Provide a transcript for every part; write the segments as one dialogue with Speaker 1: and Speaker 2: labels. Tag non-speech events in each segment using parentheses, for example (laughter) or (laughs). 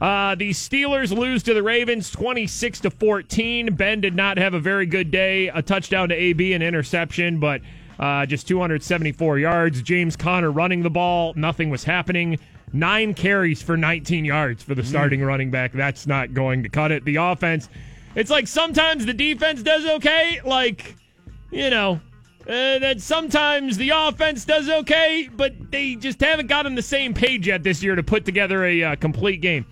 Speaker 1: Uh, the Steelers lose to the Ravens 26 to 14. Ben did not have a very good day. A touchdown to AB, an interception, but uh, just 274 yards. James Conner running the ball. Nothing was happening. Nine carries for 19 yards for the starting running back. That's not going to cut it. The offense, it's like sometimes the defense does okay. Like, you know, uh, that sometimes the offense does okay, but they just haven't got on the same page yet this year to put together a uh, complete game.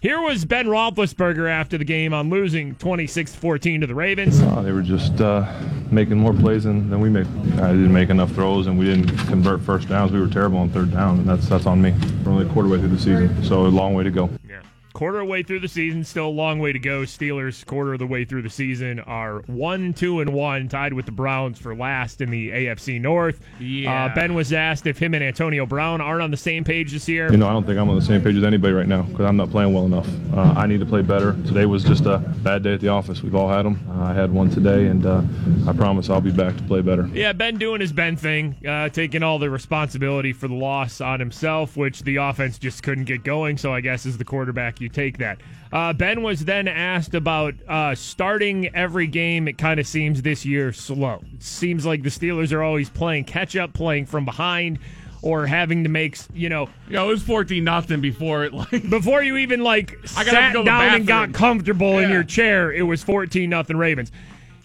Speaker 1: Here was Ben Roethlisberger after the game on losing 26 14 to the Ravens.
Speaker 2: No, they were just uh, making more plays than, than we make. I didn't make enough throws, and we didn't convert first downs. We were terrible on third down, and that's that's on me. We're only a quarter way through the season, so a long way to go.
Speaker 1: Yeah. Quarter of the way through the season, still a long way to go. Steelers, quarter of the way through the season, are one, two, and one, tied with the Browns for last in the AFC North.
Speaker 3: Yeah.
Speaker 1: Uh, ben was asked if him and Antonio Brown aren't on the same page this year.
Speaker 2: You know, I don't think I'm on the same page as anybody right now because I'm not playing well enough. Uh, I need to play better. Today was just a bad day at the office. We've all had them. I had one today, and uh, I promise I'll be back to play better.
Speaker 1: Yeah, Ben doing his Ben thing, uh, taking all the responsibility for the loss on himself, which the offense just couldn't get going. So I guess as the quarterback, you take that. Uh, ben was then asked about uh, starting every game. It kind of seems this year slow. It seems like the Steelers are always playing catch up, playing from behind, or having to make you know
Speaker 3: Yeah, it was 14 nothing before it. (laughs) Like,
Speaker 1: before you even like
Speaker 3: I gotta
Speaker 1: sat
Speaker 3: go to the
Speaker 1: down and got
Speaker 3: bathroom.
Speaker 1: comfortable in
Speaker 3: Yeah.
Speaker 1: your chair, it was 14 nothing Ravens.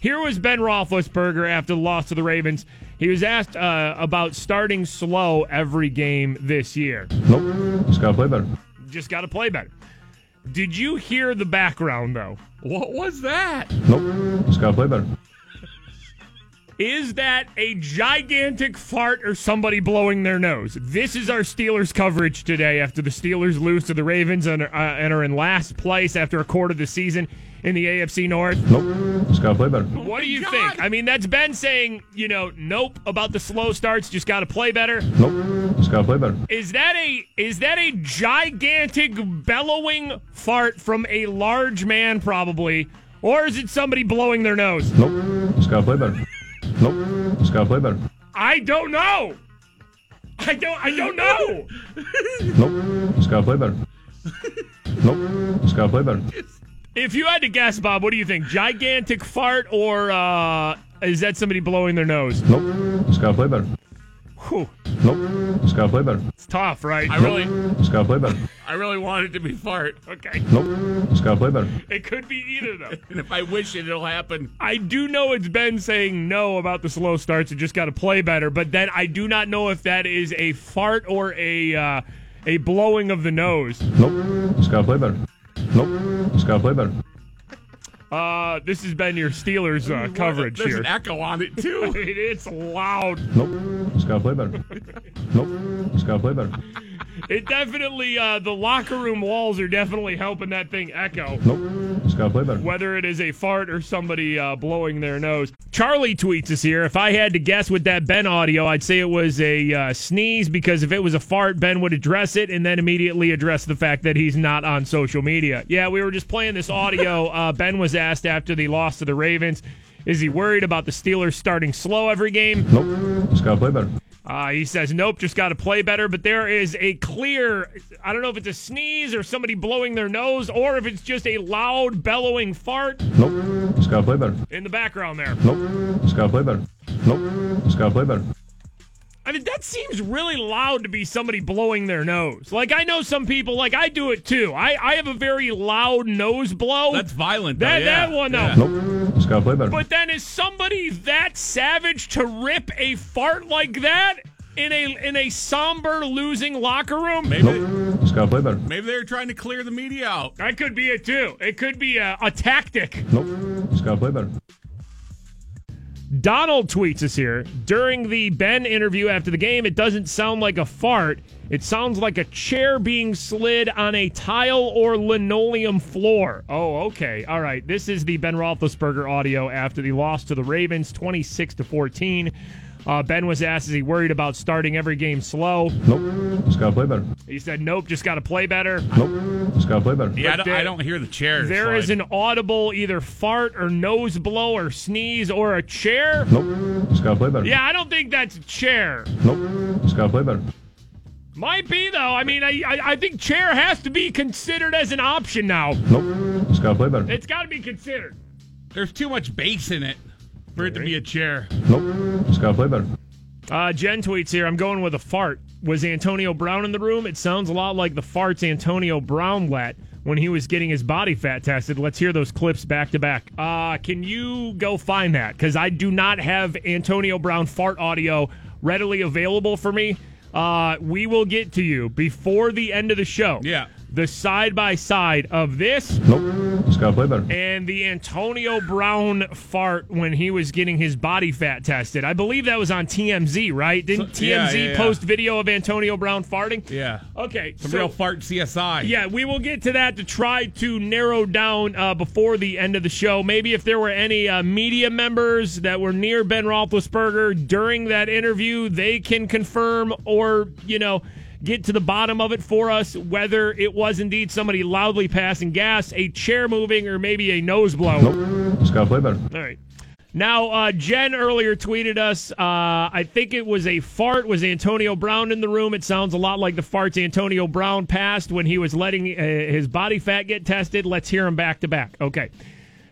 Speaker 1: Here was Ben Roethlisberger after the loss to the Ravens. He was asked uh, about starting slow every game this year.
Speaker 2: Nope, just gotta play better.
Speaker 1: Just got to play better. Did you hear the background though?
Speaker 3: what was that?
Speaker 2: Nope, just gotta play better.
Speaker 1: Is that a gigantic fart or somebody blowing their nose? This is our Steelers coverage today after the Steelers lose to the Ravens and, are- uh, and are in last place after a quarter of the season in the AFC North.
Speaker 2: Nope, just gotta play better.
Speaker 1: What do you
Speaker 3: God.
Speaker 1: think? I mean, that's Ben saying, you know, nope about the slow starts. Just got to play better.
Speaker 2: Nope, just gotta play better.
Speaker 1: Is that a is that a gigantic bellowing fart from a large man, probably, or is it somebody blowing their nose?
Speaker 2: Nope, just gotta play better. Nope, just gotta play better.
Speaker 1: I don't know. I don't. I don't know.
Speaker 2: Nope, just gotta play better. Nope, just gotta play better.
Speaker 1: if you had to guess, Bob, what do you think? Gigantic fart, or uh, is that somebody blowing their nose?
Speaker 2: Nope, just gotta play better.
Speaker 1: Whew,
Speaker 2: Nope, just gotta play better.
Speaker 1: it's tough, right?
Speaker 3: I really,
Speaker 2: Just gotta play better.
Speaker 3: I really wanted to be fart.
Speaker 1: okay.
Speaker 2: Nope, just gotta play better.
Speaker 1: It could be either though.
Speaker 3: And if I wish it, it'll happen.
Speaker 1: I do know it's Ben saying no about the slow starts and just got to play better, but then I do not know if that is a fart or a uh, a blowing of the nose.
Speaker 2: Nope, just gotta play better. Nope, just gotta play better.
Speaker 1: Uh, this has been your Steelers uh, coverage
Speaker 3: There's
Speaker 1: here.
Speaker 3: an echo on it
Speaker 1: (laughs) I
Speaker 3: too.
Speaker 1: mean, it's loud.
Speaker 2: Nope, just gotta play better. Nope, just gotta play better.
Speaker 1: It definitely uh, the locker room walls are definitely helping that thing echo.
Speaker 2: Nope, just gotta play better.
Speaker 1: whether it is a fart or somebody uh, blowing their nose. Charlie tweets us here. If I had to guess with that Ben audio, I'd say it was a uh, sneeze because if it was a fart, Ben would address it and then immediately address the fact that he's not on social media. Yeah, we were just playing this audio. Uh, ben was asked after the loss to the Ravens. Is he worried about the Steelers starting slow every game?
Speaker 2: Nope, just gotta play better.
Speaker 1: Uh, he says, nope, just got to play better. But there is a clear, I don't know if it's a sneeze or somebody blowing their nose or if it's just a loud, bellowing fart
Speaker 2: Nope, just gotta play better.
Speaker 1: in the background there.
Speaker 2: Nope, just gotta play better. Nope, just gotta play better.
Speaker 1: I mean, that seems really loud to be somebody blowing their nose. Like, I know some people, like, I do it too. I, I have a very loud nose blow.
Speaker 3: That's violent. Though,
Speaker 1: That,
Speaker 3: yeah.
Speaker 1: that one, though.
Speaker 3: Yeah.
Speaker 2: Nope, just gotta play better.
Speaker 1: But then is somebody that savage to rip a fart like that in a in a somber losing locker room?
Speaker 3: Maybe,
Speaker 2: Nope, just gotta play better.
Speaker 3: maybe they were trying to clear the media out.
Speaker 1: That could be it too. It could be a, a tactic.
Speaker 2: Nope, just gotta play better.
Speaker 1: Donald tweets us here during the Ben interview after the game. It doesn't sound like a fart. It sounds like a chair being slid on a tile or linoleum floor. Oh, okay. All right. This is the Ben Roethlisberger audio after the loss to the Ravens, twenty-six to fourteen. Uh, ben was asked, "Is he worried about starting every game slow?"
Speaker 2: Nope, just gotta play better.
Speaker 1: He said, "Nope, just got to play better."
Speaker 2: Nope, just gotta play better.
Speaker 3: Yeah, I don't,
Speaker 1: there-
Speaker 3: I don't hear the chairs.
Speaker 1: There is an audible either fart or nose blow or sneeze or a chair.
Speaker 2: Nope, just gotta play better.
Speaker 1: Yeah, I don't think that's a chair.
Speaker 2: Nope, just gotta play better.
Speaker 1: Might be though. I mean, I I, I think chair has to be considered as an option now.
Speaker 2: Nope. Just got to play better.
Speaker 1: It's got to be considered.
Speaker 3: There's too much bass in it for it to be a chair.
Speaker 2: Nope. Just got to play better.
Speaker 1: Uh, Jen tweets here. I'm going with a fart. Was Antonio Brown in the room? It sounds a lot like the farts Antonio Brown let when he was getting his body fat tested. Let's hear those clips back to back. Uh, can you go find that? Because I do not have Antonio Brown fart audio readily available for me. Uh, we will get to you before the end of the show.
Speaker 3: Yeah.
Speaker 1: The side by side of this
Speaker 2: Nope. Just got to play better.
Speaker 1: and the Antonio Brown fart when he was getting his body fat tested. I believe that was on TMZ, right? Didn't
Speaker 3: So-
Speaker 1: TMZ
Speaker 3: yeah, yeah, yeah.
Speaker 1: post video of Antonio Brown farting?
Speaker 3: Yeah.
Speaker 1: Okay.
Speaker 3: Some
Speaker 1: so-
Speaker 3: real fart CSI.
Speaker 1: yeah, we will get to that to try to narrow down uh, before the end of the show. Maybe if there were any uh, media members that were near Ben Roethlisberger during that interview, they can confirm or, you know, get to the bottom of it for us whether it was indeed somebody loudly passing gas, a chair moving, or maybe a nose blow.
Speaker 2: Nope. Just got to play better.
Speaker 1: All right. Now, uh, Jen earlier tweeted us. Uh, I think it was a fart. Was Antonio Brown in the room? It sounds a lot like the farts Antonio Brown passed when he was letting uh, his body fat get tested. Let's hear him back to back. Okay.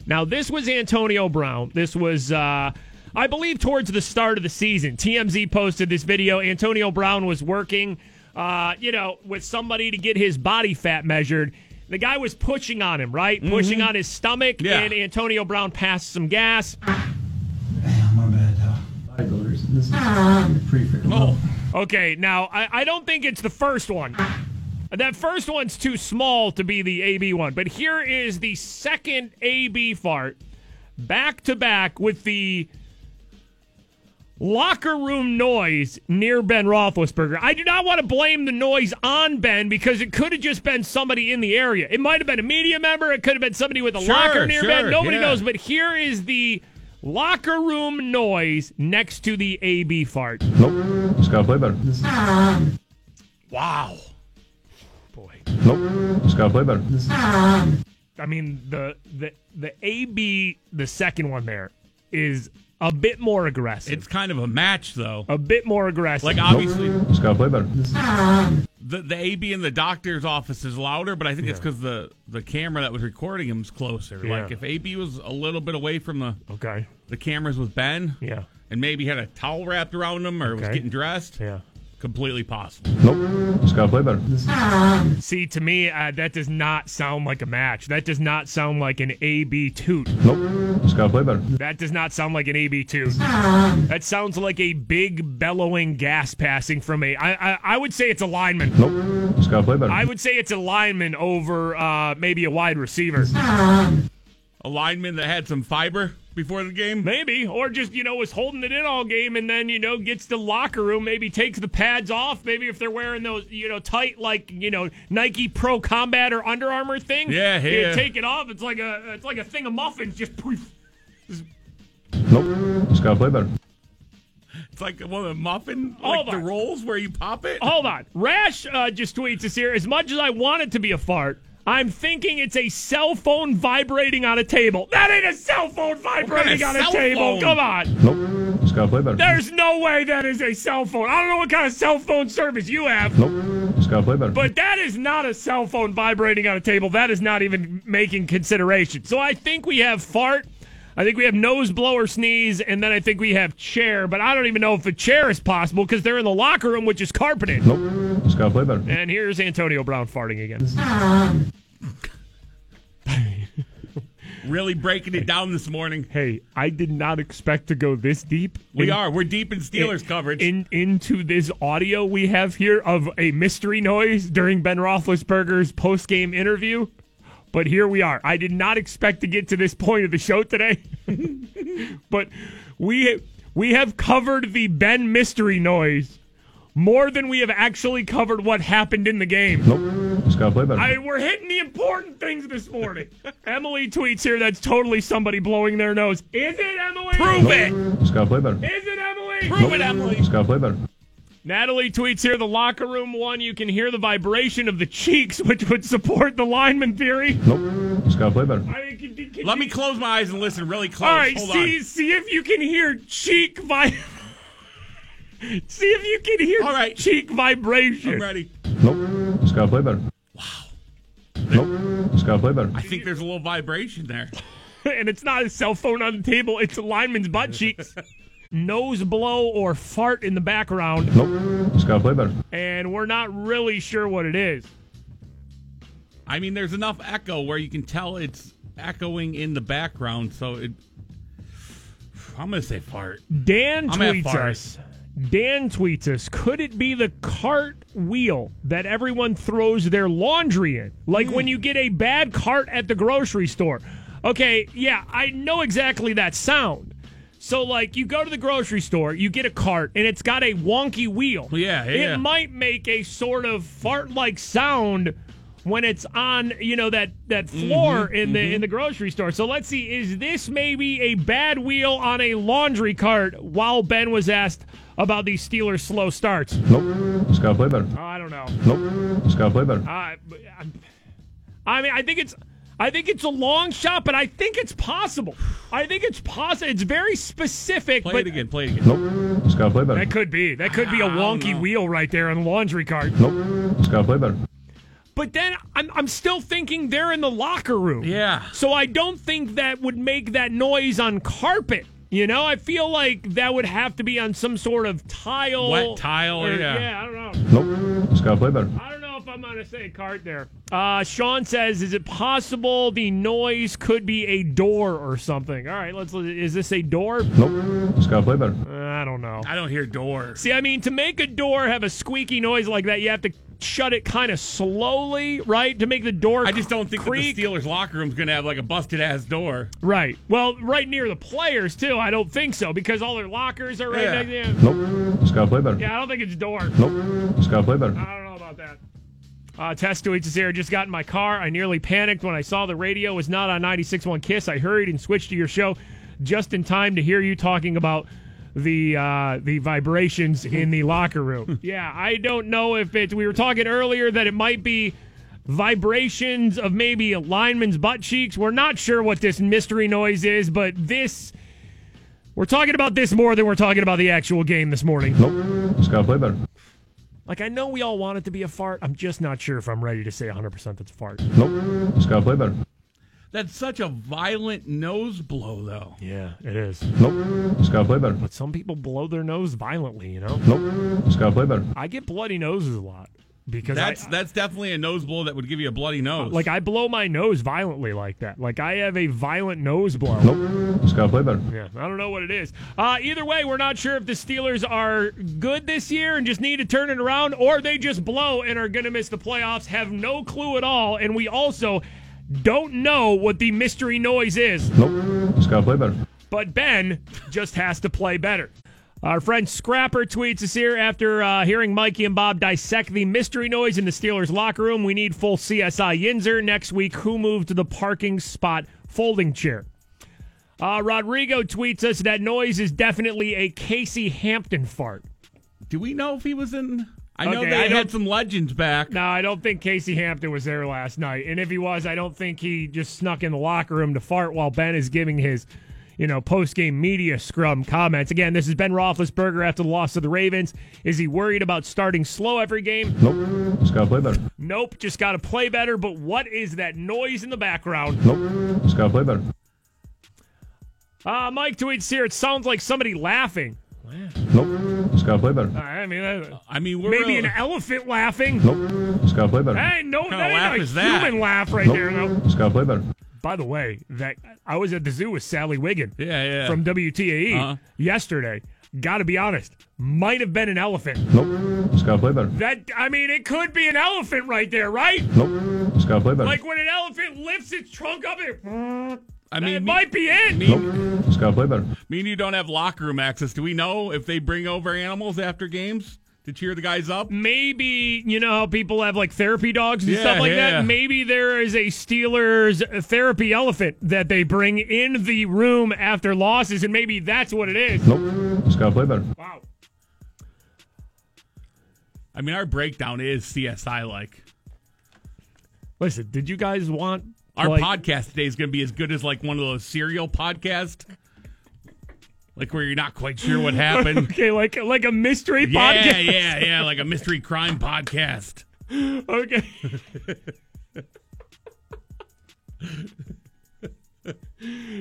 Speaker 1: Now, this was Antonio Brown. This was, uh, I believe, towards the start of the season. TMZ posted this video. Antonio Brown was working, uh, you know, with somebody to get his body fat measured. The guy was pushing on him, right? Pushing on his stomach,
Speaker 3: Yeah.
Speaker 1: and Antonio Brown passed some gas.
Speaker 4: My bad, uh, bodybuilders. This is pretty freaking low.
Speaker 3: Oh.
Speaker 1: Okay, now I, I don't think it's the first one. That first one's too small to be the AB one, but here is the second AB fart back to back with the locker room noise near Ben Roethlisberger. I do not want to blame the noise on Ben because it could have just been somebody in the area. It might have been a media member, it could have been somebody with a
Speaker 3: Sure,
Speaker 1: locker near Ben.
Speaker 3: sure,
Speaker 1: Nobody
Speaker 3: yeah.
Speaker 1: knows, but here is the locker room noise next to the AB fart.
Speaker 2: Nope. Just got to play better.
Speaker 1: Wow. Boy.
Speaker 2: Nope. Just got to play better.
Speaker 1: I mean the the the AB the second one there is a bit more aggressive.
Speaker 3: It's kind of a match, though.
Speaker 1: a bit more aggressive.
Speaker 3: Like, obviously,
Speaker 2: Just got to play better.
Speaker 3: the, the AB in the doctor's office is louder, but I think it's because the, the camera that was recording him's closer.
Speaker 1: Yeah.
Speaker 3: Like, if AB was a little bit away from the,
Speaker 1: okay.
Speaker 3: the cameras with Ben
Speaker 1: Yeah.
Speaker 3: and maybe had a towel wrapped around him or was
Speaker 1: Okay.
Speaker 3: getting dressed,
Speaker 1: Yeah.
Speaker 3: completely possible.
Speaker 2: Nope. Just got to play better.
Speaker 1: See, to me, uh, that does not sound like a match. That does not sound like an AB toot.
Speaker 2: Nope. Just got to play better.
Speaker 1: That does not sound like an AB toot. That sounds like a big bellowing gas passing from a. I I, I would say it's a lineman.
Speaker 2: Nope. Just got to play better.
Speaker 1: I would say it's a lineman over uh, maybe a wide receiver.
Speaker 3: A lineman that had some fiber before the game.
Speaker 1: Maybe, or just you know was holding it in all game, and then you know gets to locker room, maybe takes the pads off, maybe if they're wearing those you know tight like you know Nike Pro Combat or Under Armour thing,
Speaker 3: Yeah, yeah.
Speaker 1: you take it off. It's like a it's like a thing of muffins, just poof.
Speaker 2: Nope. Just got to play better.
Speaker 3: It's like one of the muffin, like
Speaker 1: Hold
Speaker 3: the
Speaker 1: on.
Speaker 3: rolls where you pop it.
Speaker 1: Hold on, Rash uh, just tweets us here. As much as I want it to be a fart, I'm thinking it's a cell phone vibrating on a table. That ain't a cell phone vibrating on a
Speaker 3: cell
Speaker 1: table.
Speaker 3: phone?
Speaker 1: Come on.
Speaker 2: Nope. Just got to play better.
Speaker 1: There's no way that is a cell phone. I don't know what kind of cell phone service you have.
Speaker 2: Nope. Just got to play better.
Speaker 1: But that is not a cell phone vibrating on a table. That is not even making consideration. So I think we have fart. I think we have nose blower sneeze, and then I think we have chair. But I don't even know if a chair is possible because they're in the locker room, which is carpeted.
Speaker 2: Nope. Just got to play better.
Speaker 1: And here's Antonio Brown farting again.
Speaker 3: Really breaking it down this morning.
Speaker 1: Hey, I did not expect to go this deep.
Speaker 3: We are. We're deep in Steelers coverage.
Speaker 1: in into this audio we have here of a mystery noise during Ben Roethlisberger's post game interview. But here we are. I did not expect to get to this point of the show today, (laughs) but we we have covered the Ben mystery noise more than we have actually covered what happened in the game.
Speaker 2: Nope. Just got to play better.
Speaker 1: I, we're hitting the important things this
Speaker 3: (laughs)
Speaker 1: morning. Emily tweets here. That's totally somebody blowing their nose. Is it Emily?
Speaker 3: Prove it.
Speaker 2: Just got to play better.
Speaker 1: Is it Emily?
Speaker 3: Prove it, Emily.
Speaker 2: Just got to play better.
Speaker 1: Natalie tweets here the locker room one. You can hear the vibration of the cheeks, which would support the lineman theory.
Speaker 2: Nope. Just got to play better.
Speaker 1: I mean, can- can- can
Speaker 3: Let
Speaker 1: you-
Speaker 3: me close my eyes and listen really close.
Speaker 1: All right,
Speaker 3: Hold
Speaker 1: see, see if you can hear cheek vi- (laughs) See if you can hear
Speaker 3: All right.
Speaker 1: cheek vibration.
Speaker 3: I'm ready.
Speaker 2: Nope. Just gotta play better. Wow. Nope. Just gotta play better.
Speaker 3: I think there's a little vibration there.
Speaker 1: (laughs) and it's not his cell phone on the table, it's a lineman's butt
Speaker 3: (laughs)
Speaker 1: cheeks. Nose blow or fart in the background,
Speaker 2: Nope. Just gotta play better.
Speaker 1: and we're not really sure what it is.
Speaker 3: I mean, there's enough echo where you can tell it's echoing in the background. So it, I'm gonna say fart.
Speaker 1: Dan
Speaker 3: I'm at
Speaker 1: tweets
Speaker 3: fart.
Speaker 1: us. Dan tweets us. Could it be the cart wheel that everyone throws their laundry in? Like when you get a bad cart at the grocery store. Okay, yeah, I know exactly that sound. So, like, you go to the grocery store, you get a cart, and it's got a wonky wheel.
Speaker 3: Yeah, yeah.
Speaker 1: It might make a sort of fart like sound when it's on, you know, that, that
Speaker 3: Mm-hmm,
Speaker 1: floor in the in the grocery store. So let's see, is this maybe a bad wheel on a laundry cart while Ben was asked about the Steelers slow starts?
Speaker 2: Nope. Just gotta play better.
Speaker 1: Oh, I don't know.
Speaker 2: Nope. Just gotta play better.
Speaker 1: I, I- I mean, I think it's. I think it's a long shot, but I think it's possible. I think it's possible. It's very specific,
Speaker 3: Play
Speaker 1: but
Speaker 3: it again. Play it
Speaker 1: (laughs)
Speaker 3: again.
Speaker 2: Nope. Just gotta play better.
Speaker 1: that could be. That could be a
Speaker 3: I don't
Speaker 1: wonky
Speaker 3: know.
Speaker 1: wheel right there on the laundry cart.
Speaker 2: Nope. Just gotta play better.
Speaker 1: But then I'm, I'm still thinking they're in the locker room.
Speaker 3: Yeah.
Speaker 1: So I don't think that would make that noise on carpet. You know, I feel like that would have to be on some sort of tile.
Speaker 3: Wet tile,
Speaker 1: or-
Speaker 3: yeah.
Speaker 1: Yeah, I don't know.
Speaker 2: Nope. Just gotta play better.
Speaker 1: I don't know if I'm going to say cart there. Uh, Sean says, is it possible the noise could be a door or something? All right, let's. Is this a door?
Speaker 2: Nope. Just gotta play better.
Speaker 1: Uh, I don't know.
Speaker 3: I don't hear doors.
Speaker 1: See, I mean, to make a door have a squeaky noise like that, you have to shut it kind of slowly, right? To make the door
Speaker 3: I just don't think that
Speaker 1: creak.
Speaker 3: the Steelers locker room's gonna have like a busted ass door.
Speaker 1: Right. Well, right near the players too. I don't think so because all their lockers are right
Speaker 3: Yeah.
Speaker 1: next to them.
Speaker 2: Nope. Just gotta play better.
Speaker 1: Yeah, I don't think it's door.
Speaker 2: Nope. Just gotta play better.
Speaker 1: I don't know about that. Uh, test tweets is here. Just got in my car. I nearly panicked when I saw the radio was not on 96.1 Kiss. I hurried and switched to your show just in time to hear you talking about the uh, the vibrations in the locker room. yeah, I don't know if it's. We were talking earlier that it might be vibrations of maybe a lineman's butt cheeks. We're not sure what this mystery noise is, but this. We're talking about this more than we're talking about the actual game this morning.
Speaker 2: Nope. Just gotta play better.
Speaker 1: Like, I know we all want it to be a fart. I'm just not sure if I'm ready to say 100% that's a fart.
Speaker 2: Nope. Just gotta play better.
Speaker 3: That's such a violent nose blow, though.
Speaker 1: Yeah, it is.
Speaker 2: Nope. Just gotta play better.
Speaker 1: But some people blow their nose violently, you know?
Speaker 2: Nope. Just gotta play better.
Speaker 1: I get bloody noses a lot because
Speaker 3: That's
Speaker 1: I,
Speaker 3: that's definitely a nose blow that would give you a bloody nose.
Speaker 1: like, I blow my nose violently like that. Like, I have a violent nose blow.
Speaker 2: Nope. Just gotta play better.
Speaker 1: Yeah, I don't know what it is. Uh, either way, we're not sure if the Steelers are good this year and just need to turn it around, or they just blow and are going to miss the playoffs. Have no clue at all, and we also don't know what the mystery noise is.
Speaker 2: Nope. Just gotta play better.
Speaker 1: but Ben just has to play better. Our friend Scrapper tweets us here after uh, hearing Mikey and Bob dissect the mystery noise in the Steelers locker room. We need full CSI Yinzer next week. Who moved the parking spot folding chair? Uh, Rodrigo tweets us that noise is definitely a Casey Hampton fart.
Speaker 3: do we know if he was in? I know
Speaker 1: Okay,
Speaker 3: they
Speaker 1: I don't-
Speaker 3: had some legends back.
Speaker 1: No, I don't think Casey Hampton was there last night. And if he was, I don't think he just snuck in the locker room to fart while Ben is giving his, you know, post-game media scrum comments. Again, this is Ben Roethlisberger after the loss to the Ravens. Is he worried about starting slow every game?
Speaker 2: Nope. Just gotta play better.
Speaker 1: Nope, just got to play better. But what is that noise in the background?
Speaker 2: Nope. Just gotta play better.
Speaker 1: Uh, Mike tweets here, it sounds like somebody laughing.
Speaker 2: Nope. Just gotta play better.
Speaker 1: I mean, that,
Speaker 3: I mean, we're
Speaker 1: maybe
Speaker 3: real-
Speaker 1: an elephant laughing.
Speaker 2: Nope. Just gotta play better.
Speaker 1: Hey, no,
Speaker 3: kinda
Speaker 1: that
Speaker 3: laugh
Speaker 1: ain't a
Speaker 3: is that?
Speaker 1: human laugh right there, though.
Speaker 2: Nope. Just gotta play better.
Speaker 1: By the way, that I was at the zoo with Sally Wiggin.
Speaker 3: Yeah,
Speaker 1: (laughs)
Speaker 3: yeah.
Speaker 1: From WTAE
Speaker 3: Uh-huh.
Speaker 1: E yesterday. Got to be honest, might have been an elephant.
Speaker 2: Nope. Just gotta play better.
Speaker 1: That I mean, it could be an elephant right there, right?
Speaker 2: Nope. Just gotta play better.
Speaker 1: Like when an elephant lifts its trunk up, it,
Speaker 3: I
Speaker 1: it
Speaker 3: mean, me,
Speaker 1: might be it.
Speaker 3: me,
Speaker 2: Nope. Just gotta play better.
Speaker 3: me and you don't have locker room access. Do we know if they bring over animals after games to cheer the guys up?
Speaker 1: Mm. Maybe you know how people have like therapy dogs and
Speaker 3: Yeah,
Speaker 1: stuff like
Speaker 3: yeah.
Speaker 1: that. Maybe there is a Steelers therapy elephant that they bring in the room after losses, and maybe that's what it is.
Speaker 2: Nope. Just gotta play better.
Speaker 1: Wow.
Speaker 3: I mean, our breakdown is CSI like.
Speaker 1: Listen, did you guys want
Speaker 3: Our
Speaker 1: like-
Speaker 3: podcast today is going to be as good as like one of those serial podcasts like where you're not quite sure
Speaker 1: (laughs)
Speaker 3: what happened.
Speaker 1: (laughs) Okay, like like a mystery
Speaker 3: yeah,
Speaker 1: podcast.
Speaker 3: yeah, yeah, like a mystery crime podcast.
Speaker 1: Okay.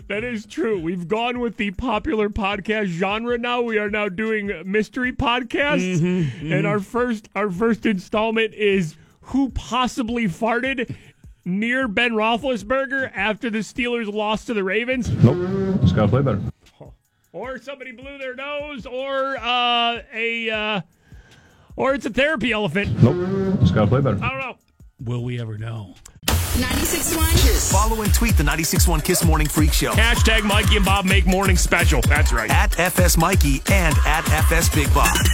Speaker 1: that is true. We've gone with the popular podcast genre now. We are now doing mystery podcasts. And our first our first installment is Who Possibly Farted near Ben Roethlisberger after the Steelers lost to the Ravens.
Speaker 2: Nope. Just gotta play better.
Speaker 1: Or somebody blew their nose or uh a uh or it's a therapy elephant.
Speaker 2: Nope. Just gotta play better.
Speaker 1: I don't know.
Speaker 3: Will we ever know?
Speaker 5: 96.1 Kiss.
Speaker 6: Follow and tweet the 961 Kiss Morning Freak Show
Speaker 1: Hashtag Mikey and Bob make morning special. That's right.
Speaker 6: at FS Mikey and at FS Big Bob.